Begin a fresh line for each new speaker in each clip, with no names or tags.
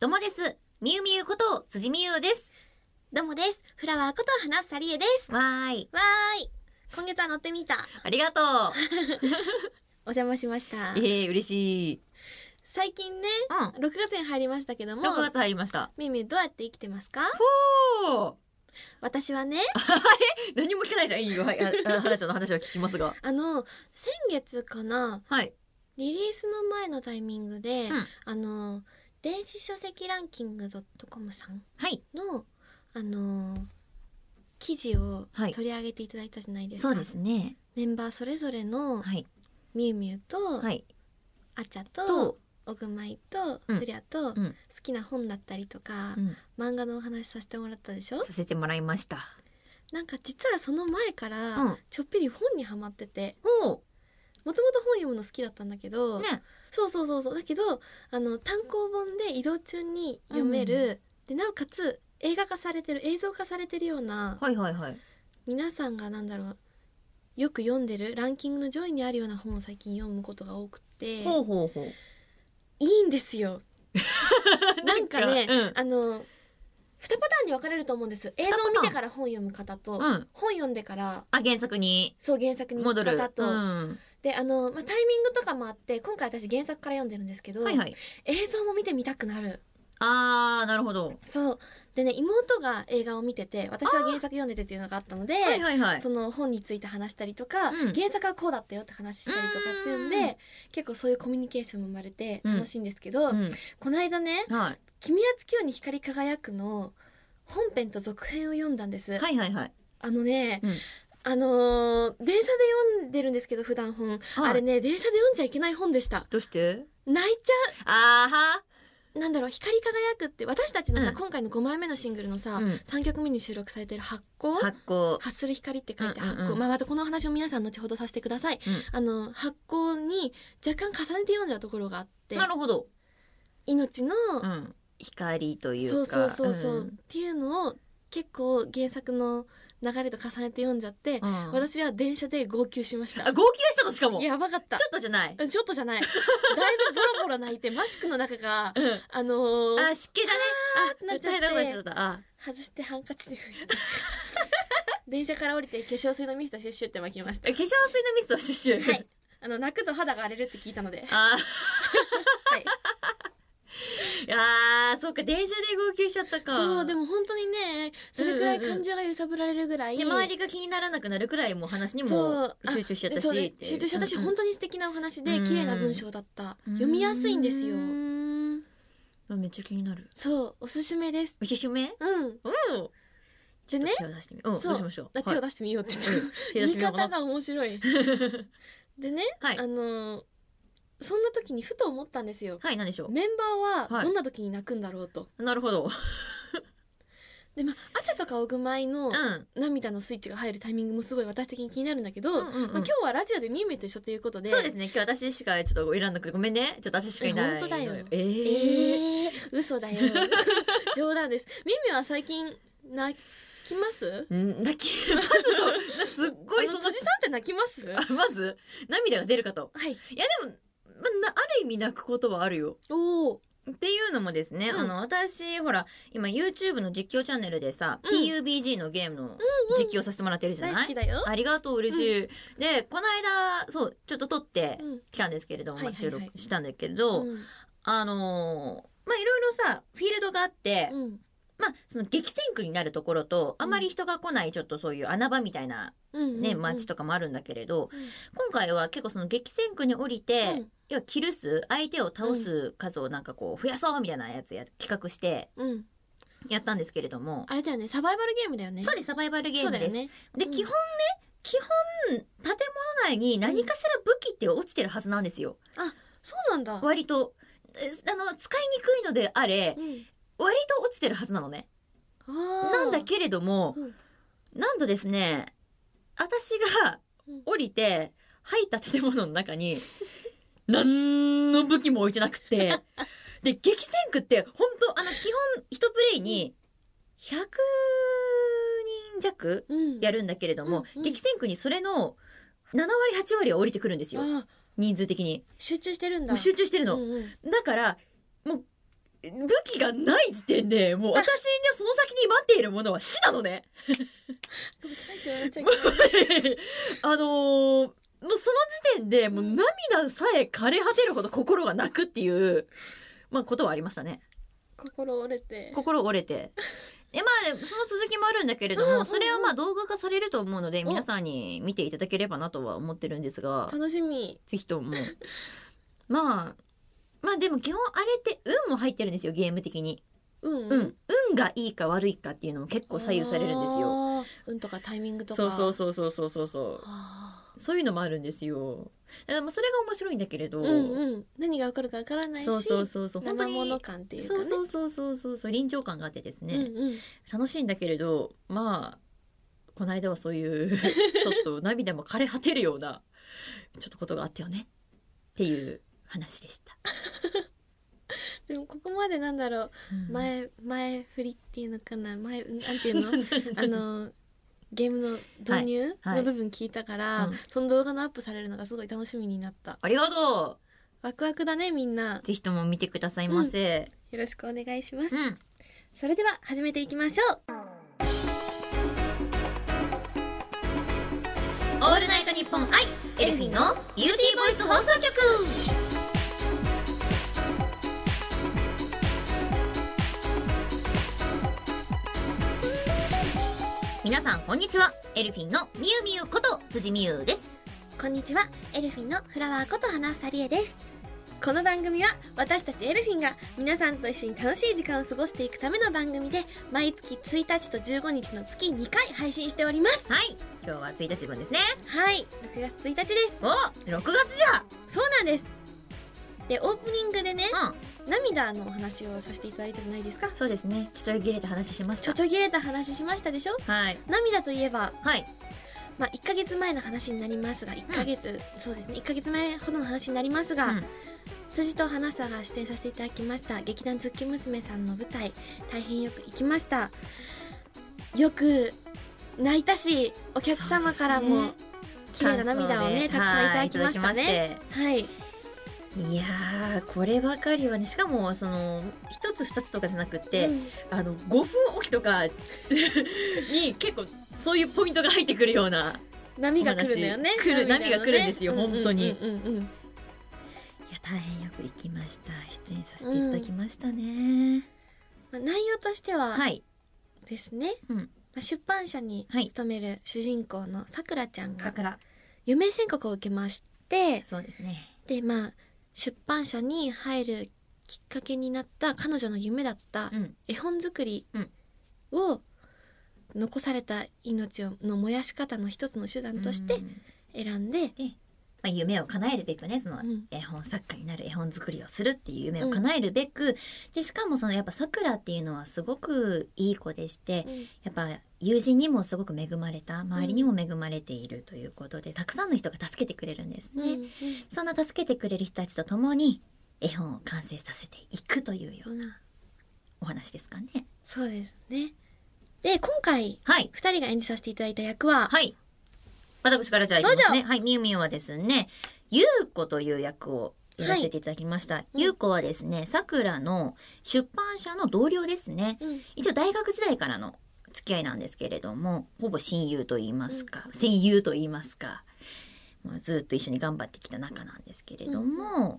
どうもです。みゆみゆこと辻みゆです。
どうもです。フラワーこと花さりえです。
わーい。
わーい。今月は乗ってみた。
ありがとう。
お邪魔しました
え。ー、嬉しい。
最近ね、
うん。
6月に入りましたけども、
6月入りました。
みゆみゆどうやって生きてますか
おー
私はね、
何も聞かないじゃん。いいよ。はい ああはなちゃんの話は聞きますが。
あの、先月かな、
はい。
リリースの前のタイミングで、
うん
あの、電子書籍ランキング .com さん
はい。
の、あの、記事を
はい
取り上げていただいたじゃないですか。
そうですね。
メンバーそれぞれの、
はい。
みゆみゆと、
はい。
あちゃ
と、
おぐまいと、
うん
ふりゃと、
ん
好きな本だったりとか
う、ん、
漫画のお話させてもらったでしょ
させてもらいました。
なんか実はその前から、
うん
ちょっぴり本にはまってて
お
もともと本読むの好きだったんだけど、
ね。
そうそうそうそうだけどあの単行本で移動中に読める、でなおかつ映画化されてる映像化されてるような、
はいはいはい。
皆さんがなんだろうよく読んでるランキングの上位にあるような本を最近読むことが多くて
ほうほうほう。
いいんですよ なんかね、
うん
あの二パターンに分かれると思うんです映像を見てから本読む方と、
うん。
本読んでから
あ、原作に
そう原作に行
戻
く
る。
方と、
うん。
であの、まあ、タイミングとかもあって今回私原作から読んでるんですけど、
はいはい。
映像も見てみたくなる
あー、なるほど。
そうでね妹が映画を見てて私は原作読んでてっていうのがあったので、
はいはいはい。
その本について話したりとか、
うん
原作はこうだったよって話したりとかっていうんで
うん
結構そういうコミュニケーションも生まれて
うん
楽しいんですけど、
う
この間ね
ん。はい。
「君は月夜に光り輝く」の本編と続編を読んだんで
は
す。
いはいはい。
あのね、
うん
あのー電車で読んでるんですけど普段本、あれね電車で読んじゃいけない本でした
どうして
泣いちゃ
あーは。
うなんだろう光り輝くって私たちのさ、
うん
今回の5枚目のシングルのさ、
うん
3曲目に収録されてる発光
発酵。
発する光って書いて発光、
うんうんうん
まあまたこのお話を皆さん後ほどさせてください、
う
あの発光に若干重ねて読んじゃうところがあって
なるほど。
命の、
うん。光とい
そううそ
か。
うそうそう、っ
ん
ていうのを結構原作の流れと重ねて読んじゃって、
うん
私は電車で号泣しました
あ、号泣したのしかも。ちょ
やばかった
っとじゃない。
ちょっとじゃないだいぶボロボロ泣いてマスクの中 が
うん。
あのー
あ、湿気だね。
って
あ、
なっちゃっ
大変
て
なことになっちゃった。あ、
外してハンカチで拭いて電車から降りて化粧水のミストシュッシュって巻きました
化粧水のミストをシュッシュ。
はい。 あの泣くと肌が荒れるって聞いたので
あ
はい
ー、 あー、そうか、電車で号泣しちゃったか。
そうで
も。
も本当にねそれくらい感情が揺さぶられるぐらい、
で、周りが気にならなくなるくらいもう話に
そ
も
うあ
集中しちゃった
で
し
そ
っ
う
てい
ね
う。
集中者たち
うんうん
本当に素敵なお話で
うん
綺麗な文章だった
うん
読みやすいんですよ
うーんあめっちゃ気になる。
そうおすすめです
おすすめ
うん
うん。
でね
手を出してみよう。うん、
そ
ど
う
うしましょう。
あ手を
はい
出してみようって言った
うん手出
言
して
い
みようかな。
方が面白いでね
はい
あ。のそんな時にふと思ったんですよ
はい、何でしょ
メンバー
は
はいどんな時に泣くんだろうと、
う。なるほど。
でまああちゃとかおぐまいの
うん。
涙のスイッチが入るタイミングもすごい私的に気になるんだけど、
うんうんうん
まあ、今日はラジオでみゆみゆと一緒ということで
そうですね。今日私しかちょっと選んだくてごめんね。ちょっと私しかいない。
え本当だよ
え
え
ー。
ー、嘘だよ冗談ですみゆみゆは最近泣きます
うん、泣き、ま ずそう。すっごい
あ
そ
の
の
辻さんって泣きますは
あまず、涙が出るかと。
い
いや、でも、まあ、なある意味泣くことはあるよ。
おお
っていうのもですね、
うん
あの、私、ほら、今 YouTube の実況チャンネルでさ、
うん
PUBG のゲームの実況させてもらってるじゃ
大
ない、
好きだよ
ありがとう、嬉しい。で、この間、そう、ちょっと撮って
うん
きたんですけれども、
はいはいはい
収録したんだけど、
うん
あのーまあ、いろいろさ、フィールドがあって、
うん
まあ、その激戦区になるところと、
う
あ
ん
まり人が来ない、ちょっとそういう穴場みたいな
うん
ね、街
と
とかもあるんだけれど、
うん
今回は結構その激戦区に降りて、要はキル数、相手を倒す数をなんかこう、増やそうみたいなやつや、企画して
うん、うん、
やったんですけれども、
あれだよねサバイバルゲームだよね
そうです、サバイバルゲームです。
そうだよね
で、
うん
基本ね、基本、建物内に何かしら武器って落ちてるはずなんですよ。
そうなんだ、
割と。えあの、使いにくいのであれ、
うん、
割と落ちてるはずなのね。な
なん
だけれども、
うん
なんとですね、私が
うん
降りて入った建物の中に、 何の武器も置いてなくて、で、激戦区って、本当あの、基本、一プレイに、100人弱
うん
やるんだけれども、
うんうん
激戦区にそれの、7割、8割は降りてくるんですよ。
あー
人数的に。
集中してるんだ
もう集中してるの。
うんうん
だから、もう、武器がない時点で、もう私がその先に待っているものは死なのね。
書いてもらっちゃいけない
あのーもうその時点で、もう涙さえ枯れ果てるほど心が泣くっていう、まあことはありましたね。
心折れて
心折れて。で、まあ、その続きもあるんだけれど
うんうんう
も、
ん
それはまあ動画化されると思うので、
お
皆さんに見ていただければなとは思ってるんですが、
楽しみ
ぜひとも。 まあ、まあでも基本あれって運も入ってるんですよ、ゲーム的に。
うん
うん。運がいいか悪いかっていうのも結構左右されるんですよ。
よ運とかタイミングとか
そうそう
う
そうそうそうそうそう。そういうのもあるんですよ。だからまあそれが面白いんだけれど、
うんうん何が起こるかわからないし
そうそうそうそう本当
生
に
もの感っていうか
そ
ね
うそうそうそうそうそう臨場感があってですね、
うんうん
楽しいんだけれどまあこの間はそう いうちょっと涙も枯れ果てるようなちょっとことがあったよねっていう話でした。
でもここまでなんだろう
うん
前前振りっていうのかな前なんていう のあのゲームの導入
はいは
の
い
部分聞いたから、
うん
その動画のアップされるのがすごい楽しみになった
ありがと
ワクワクだねみんな
うぜひとも見てくださいませ。
よろしくお願いします、
うん
それでは始めていきましょう
オールナイトニッポン愛エルフィンのビューティーボイス放送局皆さんこんにちはエルフィンのみゆみゆこと辻みゆです
こんにちはエルフィンのフラワーこと花房理恵ですこの番組は私たちエルフィンが皆さんと一緒に楽しい時間を過ごしていくための番組で毎月1日と15日の月2回配信しております
はい今日は1日分ですね
はい6月1日です
お6月じゃ
そうなんですでオープニングでね
うん
涙のお話をさせていただいたじゃないですか
そうですねちょちょい切れた話しまし
ちょ
た
ちょ切れた話しましたでしょ
はい
涙といえば、
はい
まあ、1ヶ月前の話になりますが1ヶ月、そうですね1ヶ月前ほどの話になりますが、
うん
辻と花さんが出演させていただきました劇団ズッキ娘さんの舞台大変よく行きましたよく泣いたしお客様から
そうで
も
す
綺麗な涙をねたくさんいただきましたね
はいいただきまして
はい
いやーこればかりはねしかもその一つ二つとかじゃなくて、
うん
あの5分おきとか に結構そういうポイントが入ってくるような
波が来るんだよね
お話来る
涙の
波が
ね
来るんですよ本当に
うんうんうんうん
いや大変よく行きました出演させていただきましたね、
まあ、内容としては
はい
ですね、
うん
まあ、出版社に
はい
勤める主人公のさくらちゃんが
桜
余命宣告を受けまして
そうですね
でまあ出版社に入るきっかけになった彼女の夢だった
うん
絵本作り
うん
を残された命をの燃やし方の一つの手段として
うんま
選んで、
あ、夢を叶えるべくねその
うん
絵本作家になる絵本作りをするっていう夢を叶えるべく、でしかもそのやっぱ桜っていうのはすごくいい子でしてやっぱ友人にもすごく恵まれた周りにも恵まれているということで、たくさんの人が助けてくれるんです
うん
ね、そんな助けてくれる人たちと共に絵本を完成させていくというよ
うん
う
う
なんお話ですかね。
そうですねで今回
はい。
2人が演じさせていただいた役は、
はい。私からじゃあいきます
どう
ね。はい。みゆみゆはですね、ゆうこという役をやらせていただきました。
うん
ゆうこはですね、さくらの出版社の同僚ですね。
うん
一応大学時代からの付き合いなんですけれども、ほぼ親友と言いますか、戦友と言いますか、もうずっと一緒に頑張ってきた仲なんですけれども、ま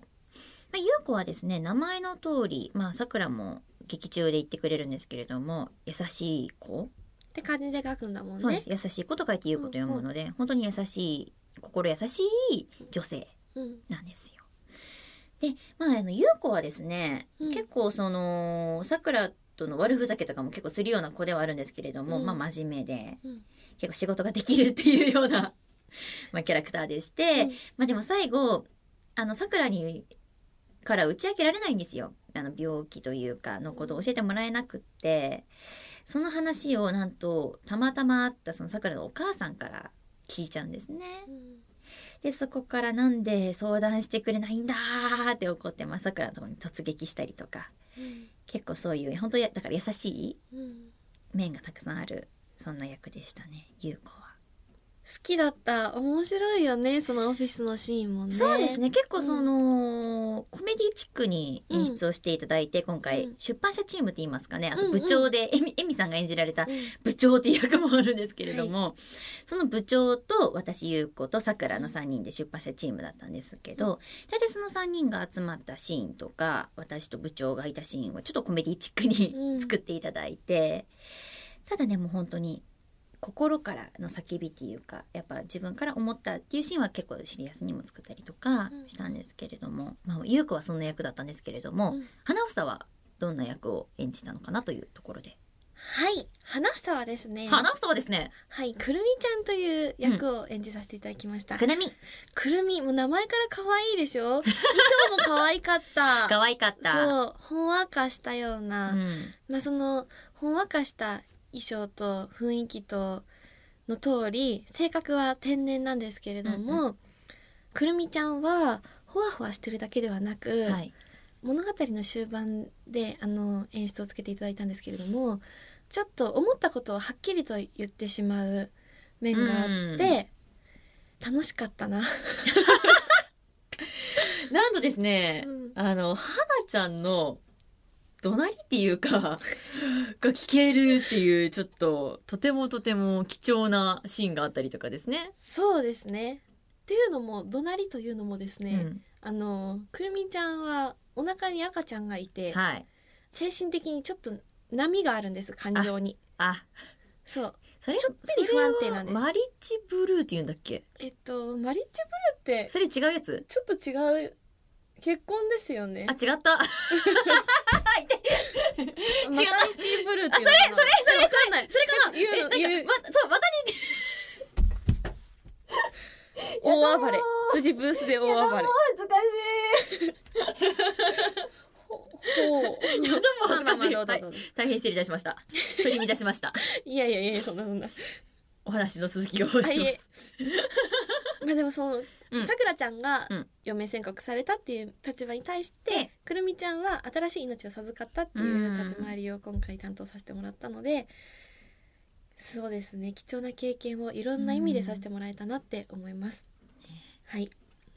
あ、ゆうこはですね、名前の通り、まあ、さくらも劇中で言ってくれるんですけれども、優しい子、
って感じで書くんだもん
そう
ね
です。優しい子と書いてゆうこと読むので、本当に優しい、心優しい女性
うん
なんですよ。で、まあ、あの、ゆうこはですね、
うん
結構その、さくらとの悪ふざけとかも結構するような子ではあるんですけれども、
うん
まあ、真面目で、
うん
結構仕事ができるっていうような、 まあ、キャラクターでして、
うん
まあ、でも最後、あの、さくらに、から打ち明けられないんですよ。あの、病気というか、のことを教えてもらえなくって、その話をなんと、たまたま会ったそのさくらのお母さんから聞いちゃうんですね。
うん
でそこからなんで相談してくれないんだーって怒ってまさくらのところに突撃したりとか
うん
結構そういう本当やだから優しい
うん
面がたくさんあるそんな役でしたね優子は。
きだった面白いよねそのオフィスのシーンもね
そうですね結構その、コメディチックに演出をしていただいて、今回、
うん
出版社チームって言いますかねあ
うん
と
う
部
ん
長で、えみえみさんが演じられた
うん
部長っていう役もあるんですけれども、その部長と私優子とさくらの3人で出版社チームだったんですけど大体その3人が集まったシーンとか私と部長がいたシーンはちょっとコメディチック
う
に
ん
作っていただいて、ただねもう本当に心からの叫びっていうかやっぱ自分から思ったっていうシーンは結構シリアスにも作ったりとか
うん
したんですけれども、まあ、優子はそんな役だったんですけれども、
うん
花房はどんな役を演じたのかなというところで、
はい花房はですね
花房はですね
はいくるみちゃんという役を演じさせていただきました、
くるみ
くるみもう名前から可愛いでし ょ衣装も可愛 かった
可愛かった。
そうほんわかしたような、
うん
まあそのほんわかした衣装と雰囲気との通り性格は天然なんですけれども、くるみちゃんはほわほわしてるだけではなく、
はい、
物語の終盤であの演出をつけていただいたんですけれどもちょっと思ったことをはっきりと言ってしまう面があって、楽しかったな。
なんとですね、
うん
あの花ちゃんの怒鳴りっていうか が聞けるっていうちょっととてもとても貴重なシーンがあったりとかですね。
そうですねっていうのも怒鳴りというのもですね、
うん
あのくるみちゃんはお腹に赤ちゃんがいて、
はい。
精神的にちょっと波があるんです感情に
あ、
そう
それ
ちょっぴり不安定なんで
そ
す
れはマリッチブルーっていうんだっけ？
えっとマリッジブルーって
それ違うやつ？
ちょっと違う結婚ですよね
あ、違 った。
違マタ
違
ニ
う
ティブルーっていうのかな
それそれ
わかんない
それかな？
言うの
えな
言
ん
う
かまそうまた似てやだ
大暴
ー
れ辻ブースで大暴れ
恥ずかし
ほほう
い。やだもう恥ずかしい。
まあまあまあどうぞ
はい
どうぞ
大変失礼いたしま した。取り乱しました。
いやいやいやそんなそんな
お話の続きをします。
あいえまあでもその
うん
さくらちゃんが
うん
余命宣告されたっていう立場に対して、
で
くるみちゃんは新しい命を授かったっていう立ち回りを今回担当させてもらったので、そうですね貴重な経験をいろんな意味でさせてもらえたなって思います、はい、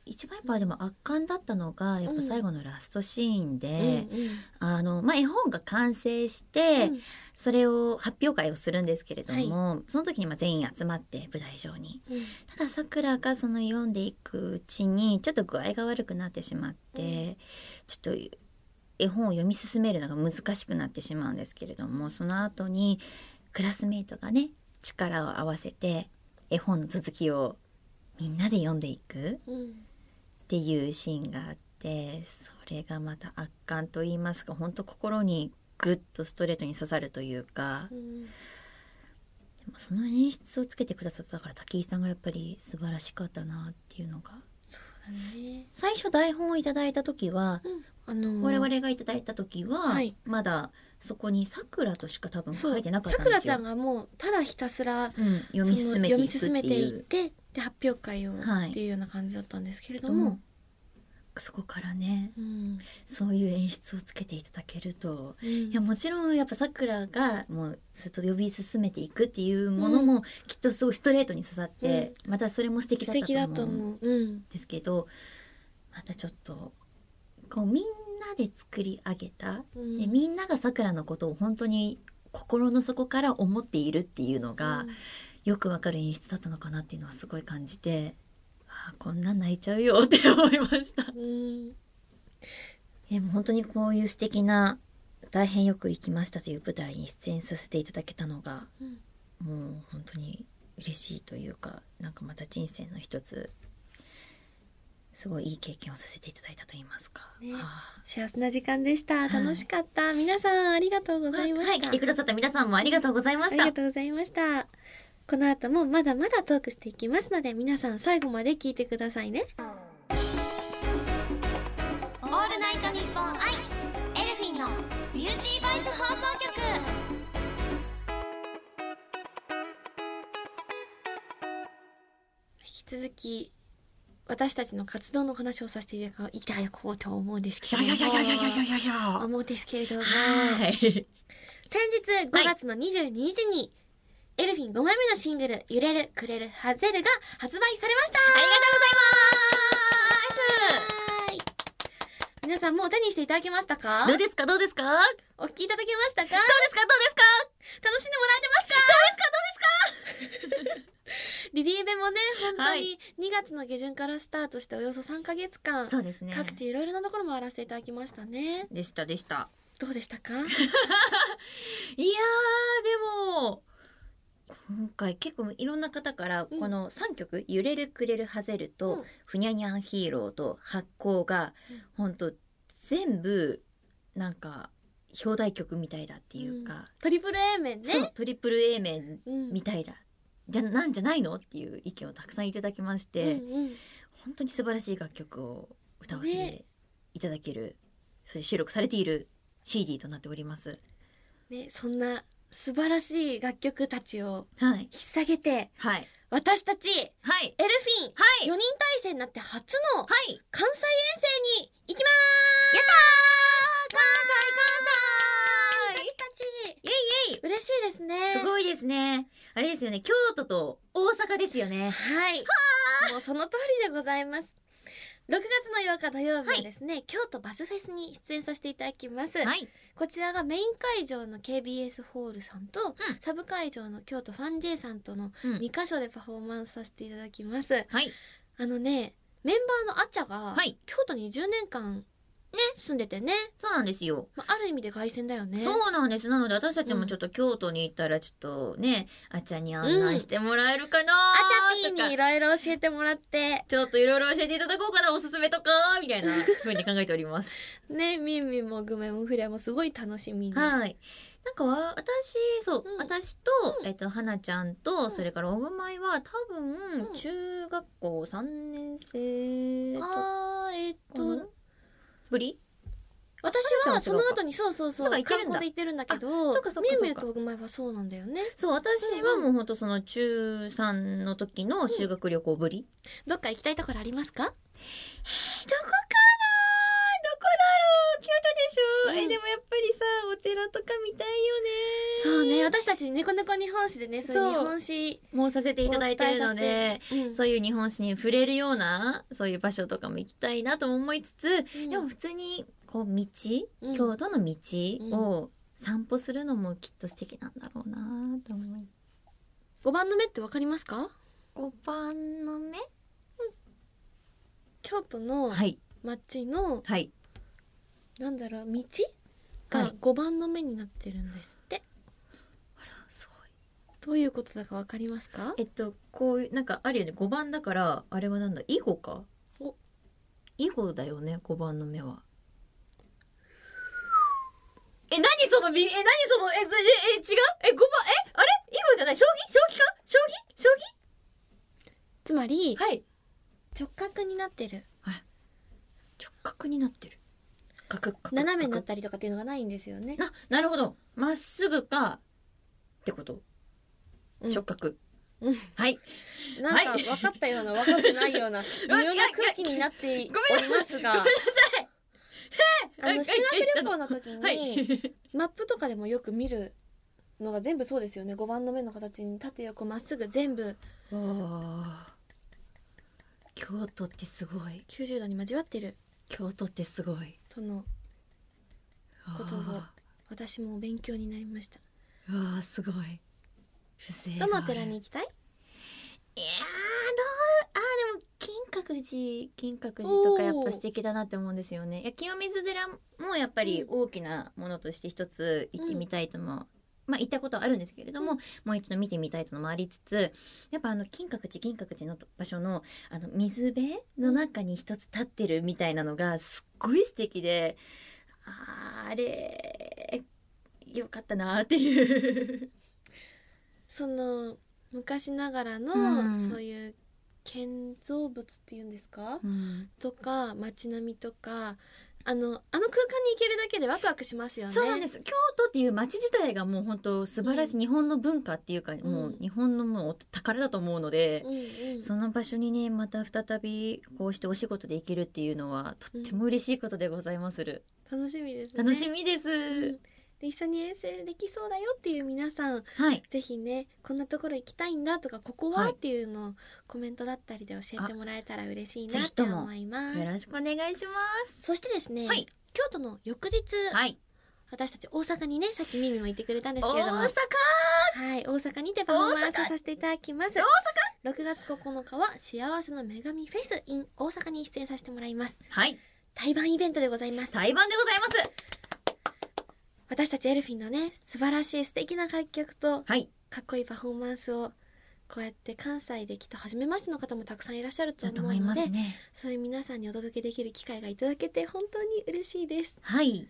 一番やっぱでも圧巻だったのがやっぱ最後のラストシーンで、
うんうん
あのまあ、絵本が完成して、
うん
それを発表会をするんですけれども、その時にまあ全員集まって舞台上に
うん
たださくらがその読んでいくうちにちょっと具合が悪くなってしまって、ちょっと絵本を読み進めるのが難しくなってしまうんですけれどもその後にクラスメイトがね力を合わせて絵本の続きをみんなで読んでいく
うん
っていうシーンがあってそれがまた圧巻と言いますか本当心にグッとストレートに刺さるというか
うん
でもその演出をつけてくださったから武井さんがやっぱり素晴らしかったなっていうのが
そうだね
最初台本をいただいた時は、
あの
我々がいただいた時は、
はい
まだそこに「さくら」としか多分書いてなかった
さ
ん
く
ですよ。
らちゃんがもうただひたすら
うん、読み進めていく
その読み進
っ
め
て
て
い
いうってで発表会をっ
はい
ていうような感じだったんですけれ
け
ど
ど
も、
もそこからね
うん
そういう演出をつけていただけると
い
いやもちろんやっぱさくらがもうずっと呼び進めていくっていうものもきっとすごいストレートに刺さって、またそれも素敵
素
だった
敵だ
と
と
思うん
思う、うん、
ですけどまたちょっとこうみんなで作り上げた、
うん
でみんながさくらのことを本当に心の底から思っているっていうのが、
うん
よくわかる演出だったのかなっていうのはすごい感じて。あーこんなん泣いちゃうよって思いました
うん
でも本当にこういう素敵な大変よく行きましたという舞台に出演させていただけたのが
うん
もう本当に嬉しいというかなんかまた人生の一つすごいいい経験をさせていただいたと言いますか、
ね
あ
幸せな時間でした
い
楽しかった、皆さんありがとうご
ー
ざいました、
はい来てくださった皆さんもありがとうございました
ありがとうございましたこの後もまだまだトークしていきますので皆さん最後まで聞いてくださいね
オールナイトニッポンアイエルフィンのビューティーバイス放送局
引き続き私たちの活動の話をさせていただこうと思うんですけ
シ
れ
ャ
ども
シャシャシャシャシャシャシャシャは
思うんですけれども
い
先日5月の22日にエルフィン5枚目のシングル、揺れる、くれる、はぜるが発売されました
ありがとうございます
はい皆さんもう手にしていただけましたか
どうですかどうですかどうで
お聞きいただけましたか
すかどうですか
楽しんでもらえてますかどうですかどうですか リリーベもね、本当
はい
に2月の下旬からスタートしておよそ3ヶ月間、
そうですね。
各地いろいろなところも回らせていただきましたね。
でしたでした。
どうでしたか
いやー、でも、今回結構いろんな方から、
うん
この3曲、揺れる、くれる、はぜると、
うん
ふにゃにゃんヒーローと発光が、ほんと、全部、なんか、表題曲みたいだっていうか、
トリプル A 面ね。
そう、トリプル A 面
うん
みたいだ。じゃ、なんじゃないのっていう意見をたくさんいただきまして、
うんうん
本当に素晴らしい楽曲を歌わせ
ね
ていただける、そして収録されている CD となっております。
ね、そんな素晴らしい楽曲たちを
はい。
引っ提げて、
はい。
私たち、エ
はい。
ルフィン、
はい。
4人体制になって初の
はい。やっ
関西遠征に行きまーす
たー関西関
私たち
西イェイイ
嬉しいですね。
ェイすごいですね。あれですよね、京都と大阪ですよね。
はい。もうその通りでございます。6月の8日土曜日はですね、京都バズフェスに出演させていただきます。
はい。
こちらがメイン会場の KBS ホールさんと、
ん
サブ会場の京都ファン J さんとの
うん
2箇所でパフォーマンスさせていただきます。
はい。
あのね、メンバーのあちゃが、
はい
京都に10年間、ね、住んでてね、
そうなんですよ。
まあ、ある意味で凱旋だよね。
そうなんです。なので私たちもちょっと京都に行ったらちょっとね、あちゃんに案内してもらえるかな
あ
ー
ち
と
ゃぴ
か
ーにいろいろ教えてもらって、
ちょっといろいろ教えていただこうかな、おすすめとか、みたいな風に考えております。
ね、みんみんもぐめもふりゃもすごい楽しみです。
はい。なんかわ、私、そう、
うん
私と、えっと、はなちゃんと、
ん
それから、おぐまいは、多分、
うん
中学校3年生とか
あー、えっ
かな
と、
ぶり
私
あ
は
れじゃ
そ
ん
の後にそうそう
そ
そ
う
う
か行けるんだ
観光で行ってるんだけど
あそうかそうか
みゆみ
そう
ゆ
か
とぐまいはそうなんだよね
そう、私は
うんうん
もうほんとその中3の時の修学旅行ぶり、
どっか行きたいところありますか
どこかなどこだろう京都でしょ、
うん
え、でもやっぱりさ、お寺とか見たいよね。
そうね私たち猫猫日本史でねそういう日
そう
本史
もうさせていただいてるの
お伝
で、
うん
そういう日本史に触れるようなそういう場所とかも行きたいなとも思いつつ、
うん
でも普通にこう道、
うん
京都の道を散歩するのもきっと素敵なんだろうなと思い
五番の目ってわかりますか
5番の目
京都の
はい
町の
はい
なんだろう道
は
が
い
五番の目になってるんですって
あらすごい
どういうことだかわかりますか
えっとこういうなんかあるよね5番だからあれはなんだ囲碁か
お
囲碁だよね5番の目はえ何そのびえ何そのええええ違うえ五番えあれ囲碁じゃない将棋将棋か将棋将
つまり
棋はい
直角になってる
直角になってる角角
斜めになっ
角
たりとかっていうのがないんですよね
ななるほどまっすぐかってこと、
うん
直角、
うん
はい
なんか
はい
分かったような分かってない ような微妙な空気になっておりますが
ごめんなさい
あの修学旅行の時
は
に
い
マップとかでもよく見るのが全部そうですよね5番の目の形に縦横まっすぐ全部
わあ京都ってすごい
90度に交わってる
京都ってすごい
その
わ
ことを私も勉強になりました
あわあすごい風情がある
どのお寺に行きたい
いやーどうあーでも金閣寺金閣寺とかやっぱ素敵だなって思うんですよね。いや清水寺もやっぱり大きなものとして一つ行ってみたいとも、まあ行ったことはあるんですけれども、もう一度見てみたいとのもありつつやっぱあの金閣寺金閣寺のと場所のあの水辺の中に一つ立ってるみたいなのがすっごい素敵であーあれよかったなーっていう。
その昔ながらの、
うん
そういう建造物っていうんですかとか街並みとかあのあの空間に行けるだけでワクワクしますよね
そうなんです京都っていう町自体がもう本当素晴らしい、
うん
日本の文化っていうか、
ん
もう日本のもう宝だと思うので、
うんうん
その場所にねまた再びこうしてお仕事で行けるっていうのはとっても嬉しいことでございまする、
楽しみですね
楽しみです、
うんで一緒に遠征できそうだよっていう皆さん
はい。
ぜひねこんなところ行きたいんだとかここ
は
はいっていうのをコメントだったりで教えてもらえたら嬉しい
あ
な
ぜ
っ
ひ
て
とも
思います
よろしくお願いします。
そしてですね、
はい
京都の翌日、
はい。
私たち大阪にねさっきミミも言ってくれたんで
大
すけれども
阪
はい、大阪にてパフォーマンスを
大阪
させていただきます。大阪 !6 月9日は幸せの女神フェス in 大阪に出演させてもらいます。
はい。
対バンイベントでございます。
裁判でございます。
私たちエルフィンのね、素晴らしい素敵な楽曲と
はい。
かっこいいパフォーマンスをこうやって関西できっと初めましての方もたくさんいらっしゃると
だ
思
と
う
思い
の
ま
で、
すね。
そういう皆さんにお届けできる機会がいただけて本当に嬉しいです。
はい。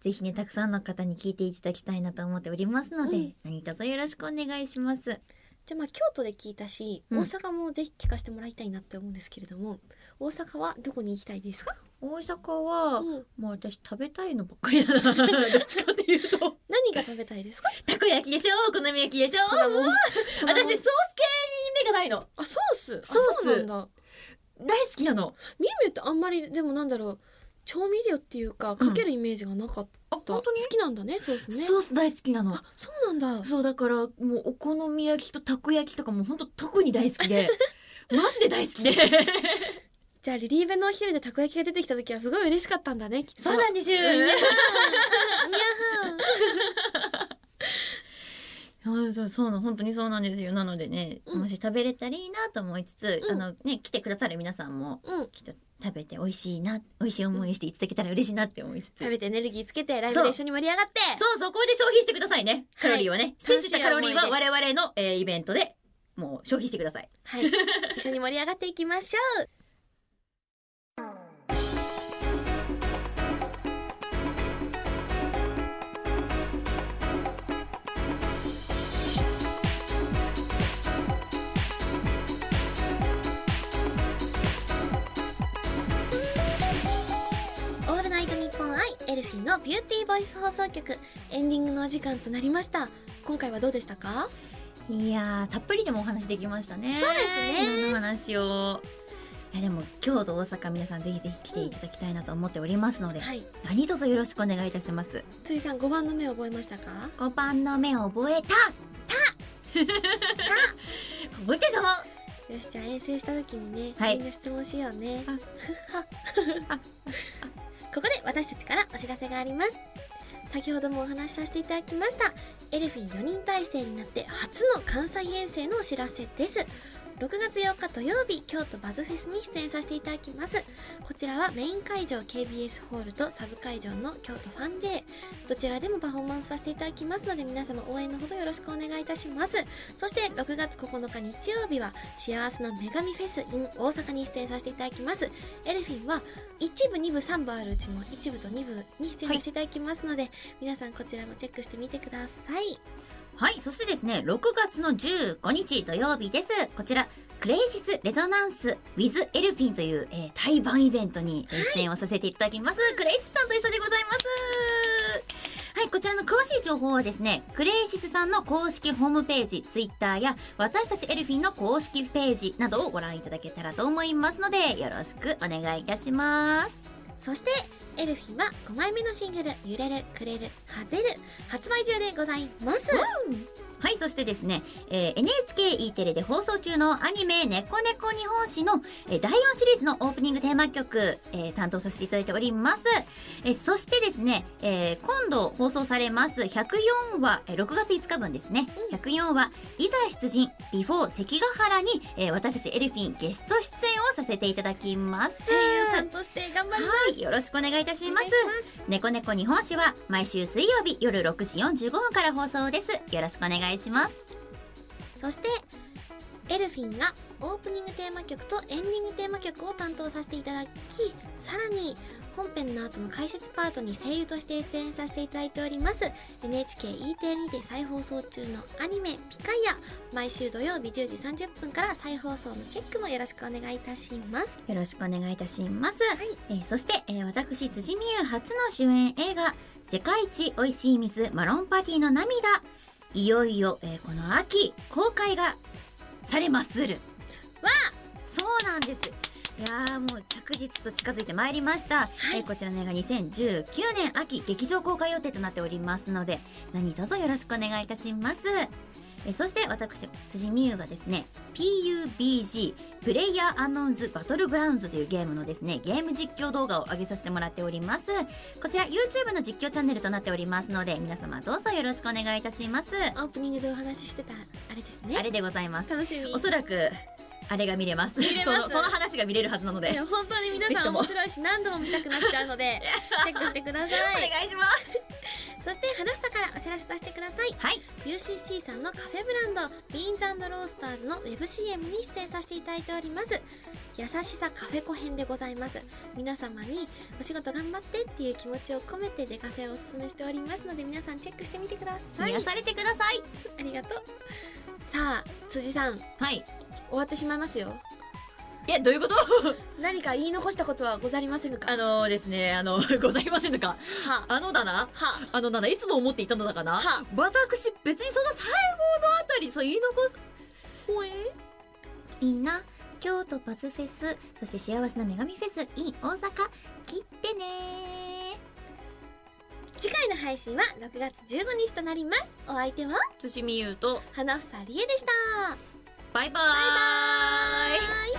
ぜひね、たくさんの方に聞いていただきたいなと思っておりますので、
うん
何卒よろしくお願いします。
じゃあまあ京都で聞いたし、
うん
大阪もぜひ聞かせてもらいたいなって思うんですけれども、大阪はどこに行きたいですか、
大阪は、
うん
もう私食べたいのばっかりだ な。どっちかっていうと。
何が食べたいですか
たこ焼きでしょお好み焼きでしょ
ただも
も
う
う
ただ
私、ソ
もう
ース系に目がないの。
あソースあ
ソース
そうなんだ
大好きなの。
ミミュってあんまりでもなんだろう調味料っていうかかけるイメージがなかっ
あ、
た、
本当に
好きなんだねソースね
ソース大好きなの
あ。そうなんだ
そう、だから、もうお好み焼きとたこ焼きとかもう本当特に大好き で、マジで大好きで。
じゃあリリーベのお昼でたこ焼きが出てきた時はすごい嬉しかったんだねきっ と
そうなんですよ。 あそうそうな本当にそうなんですよなのでね、
うん
もし食べれたらいいなと思いつつ、
うん
あのね来てくださる皆さんも
うん
きっと食べて美味しいな美味しい思いしていただけたら嬉しいなって思いつつ、
食べてエネルギーつけてライブで一緒に盛り上がって
そうそこで消費してくださいねカロリーをね、摂取したカロリーは
楽
我々の、えーイベントでもう消費してください
はい、一緒に盛り上がっていきましょう。オールナイトニッポンアイエルフィンのビューティーボイス放送局エンディングのお時間となりました今回はどうでしたか
いやーたっぷりでもお話できましたね
そうですね
いろんなお話をいやでも京都大阪皆さんぜひぜひ来ていただきたいなと思っておりますので、
はい
何卒よろしくお願いいたします
辻さん5番の目覚えましたか
5番の目を覚えたた 覚えてぞ
よしじゃあ遠征した時にね、
はい
みんな質問しようね
ああ
ここで私たちからお知らせがあります先ほどもお話しさせていただきましたエルフィン4人体制になって初の関西遠征のお知らせです6月8日土曜日京都バズフェスに出演させていただきますこちらはメイン会場 KBS ホールとサブ会場の京都ファン J どちらでもパフォーマンスさせていただきますので皆様応援のほどよろしくお願いいたしますそして6月9日日曜日は幸せの女神フェス in 大阪に出演させていただきますエルフィンは1部2部3部あるうちの1部と2部に出演させていただきますので、皆さんこちらもチェックしてみてください
はいそしてですね6月の15日土曜日ですこちらクレイシスレゾナンス with エルフィンという、えー、対バンイベントにえー出演をさせていただきます、クレイシスさんと一緒でございますはいこちらの詳しい情報はですねクレイシスさんの公式ホームページツイッターや私たちエルフィンの公式ページなどをご覧いただけたらと思いますのでよろしくお願いいたします
そしてエルフィンは5枚目のシングル「揺れるくれるはぜる」発売中でございます
はい、そしてですね、えー NHKE テレで放送中のアニメ、ネコネコ日本史の、えー第4シリーズのオープニングテーマ曲、えー担当させていただいております。えーそしてですね、えー今度放送されます104話、えー6月5日分ですね、104話、いざ出陣、ビフォー関ヶ原に、えー私たちエルフィンゲスト出演をさせていただきます。
声優さんとして頑張ります
はい、よろしくお願いいたします。ネコネコ日本史は毎週水曜日夜6時45分から放送です。よろしくお願いします。
そしてエルフィンがオープニングテーマ曲とエンディングテーマ曲を担当させていただきさらに本編の後の解説パートに声優として出演させていただいております NHKE テレにて再放送中のアニメ「ピカイア」毎週土曜日10時30分から再放送のチェックもよろしくお願いいたします
よろしくお願いいたします。
い
えーそして、えー私、辻美優初の主演映画、世界一美味しい水マロンパティの涙。いよいよ、えーこの秋、公開がされまする。
わ
そうなんです。いやーもう着実と近づいてまいりました、えーこちらの映画2019年秋劇場公開予定となっておりますので何卒よろしくお願いいたしますえーそして私辻美優がですね PUBG プレイヤーアノーンズバトルグラウンズというゲームのですねゲーム実況動画を上げさせてもらっておりますこちら YouTube の実況チャンネルとなっておりますので皆様どうぞよろしくお願いいたします
オープニングでお話ししてたあれですね
あれでございます
楽しみ
おそらくあれが見れます
れ
そ
ま
の
す
その話が見れるはずなので
いや本当に皆
ぜひ
さん
とも
面白いし何度も見たくなっちゃうのでチェックしてくだ さ
お願
い
いします
そして花房からお知らせさせてください
はい
UCC さんのカフェブランドビーンズロースターズのウェブ CM に出演させていただいております優しさカフェコ編でございます皆様にお仕事頑張ってっていう気持ちを込めてデカフェをおすすめしておりますので皆さんチェックしてみてください
癒されてください
ありがとうさあ辻さん
はい
終わってしまいますよ
えどういうこと
何か言い残したことはござりませぬか
あのですねあの ございませんのか
は
あのだな
は
あのだないつも思っていたのだかな
は
私別にその最後のあたりそう言い残す
ほえ
みんな京都バズフェスそして幸せな女神フェス in 大阪切ってね
次回の配信は6月15日となりますお相手は
ー辻美優と
花房理恵でした
バイバーイ
バイ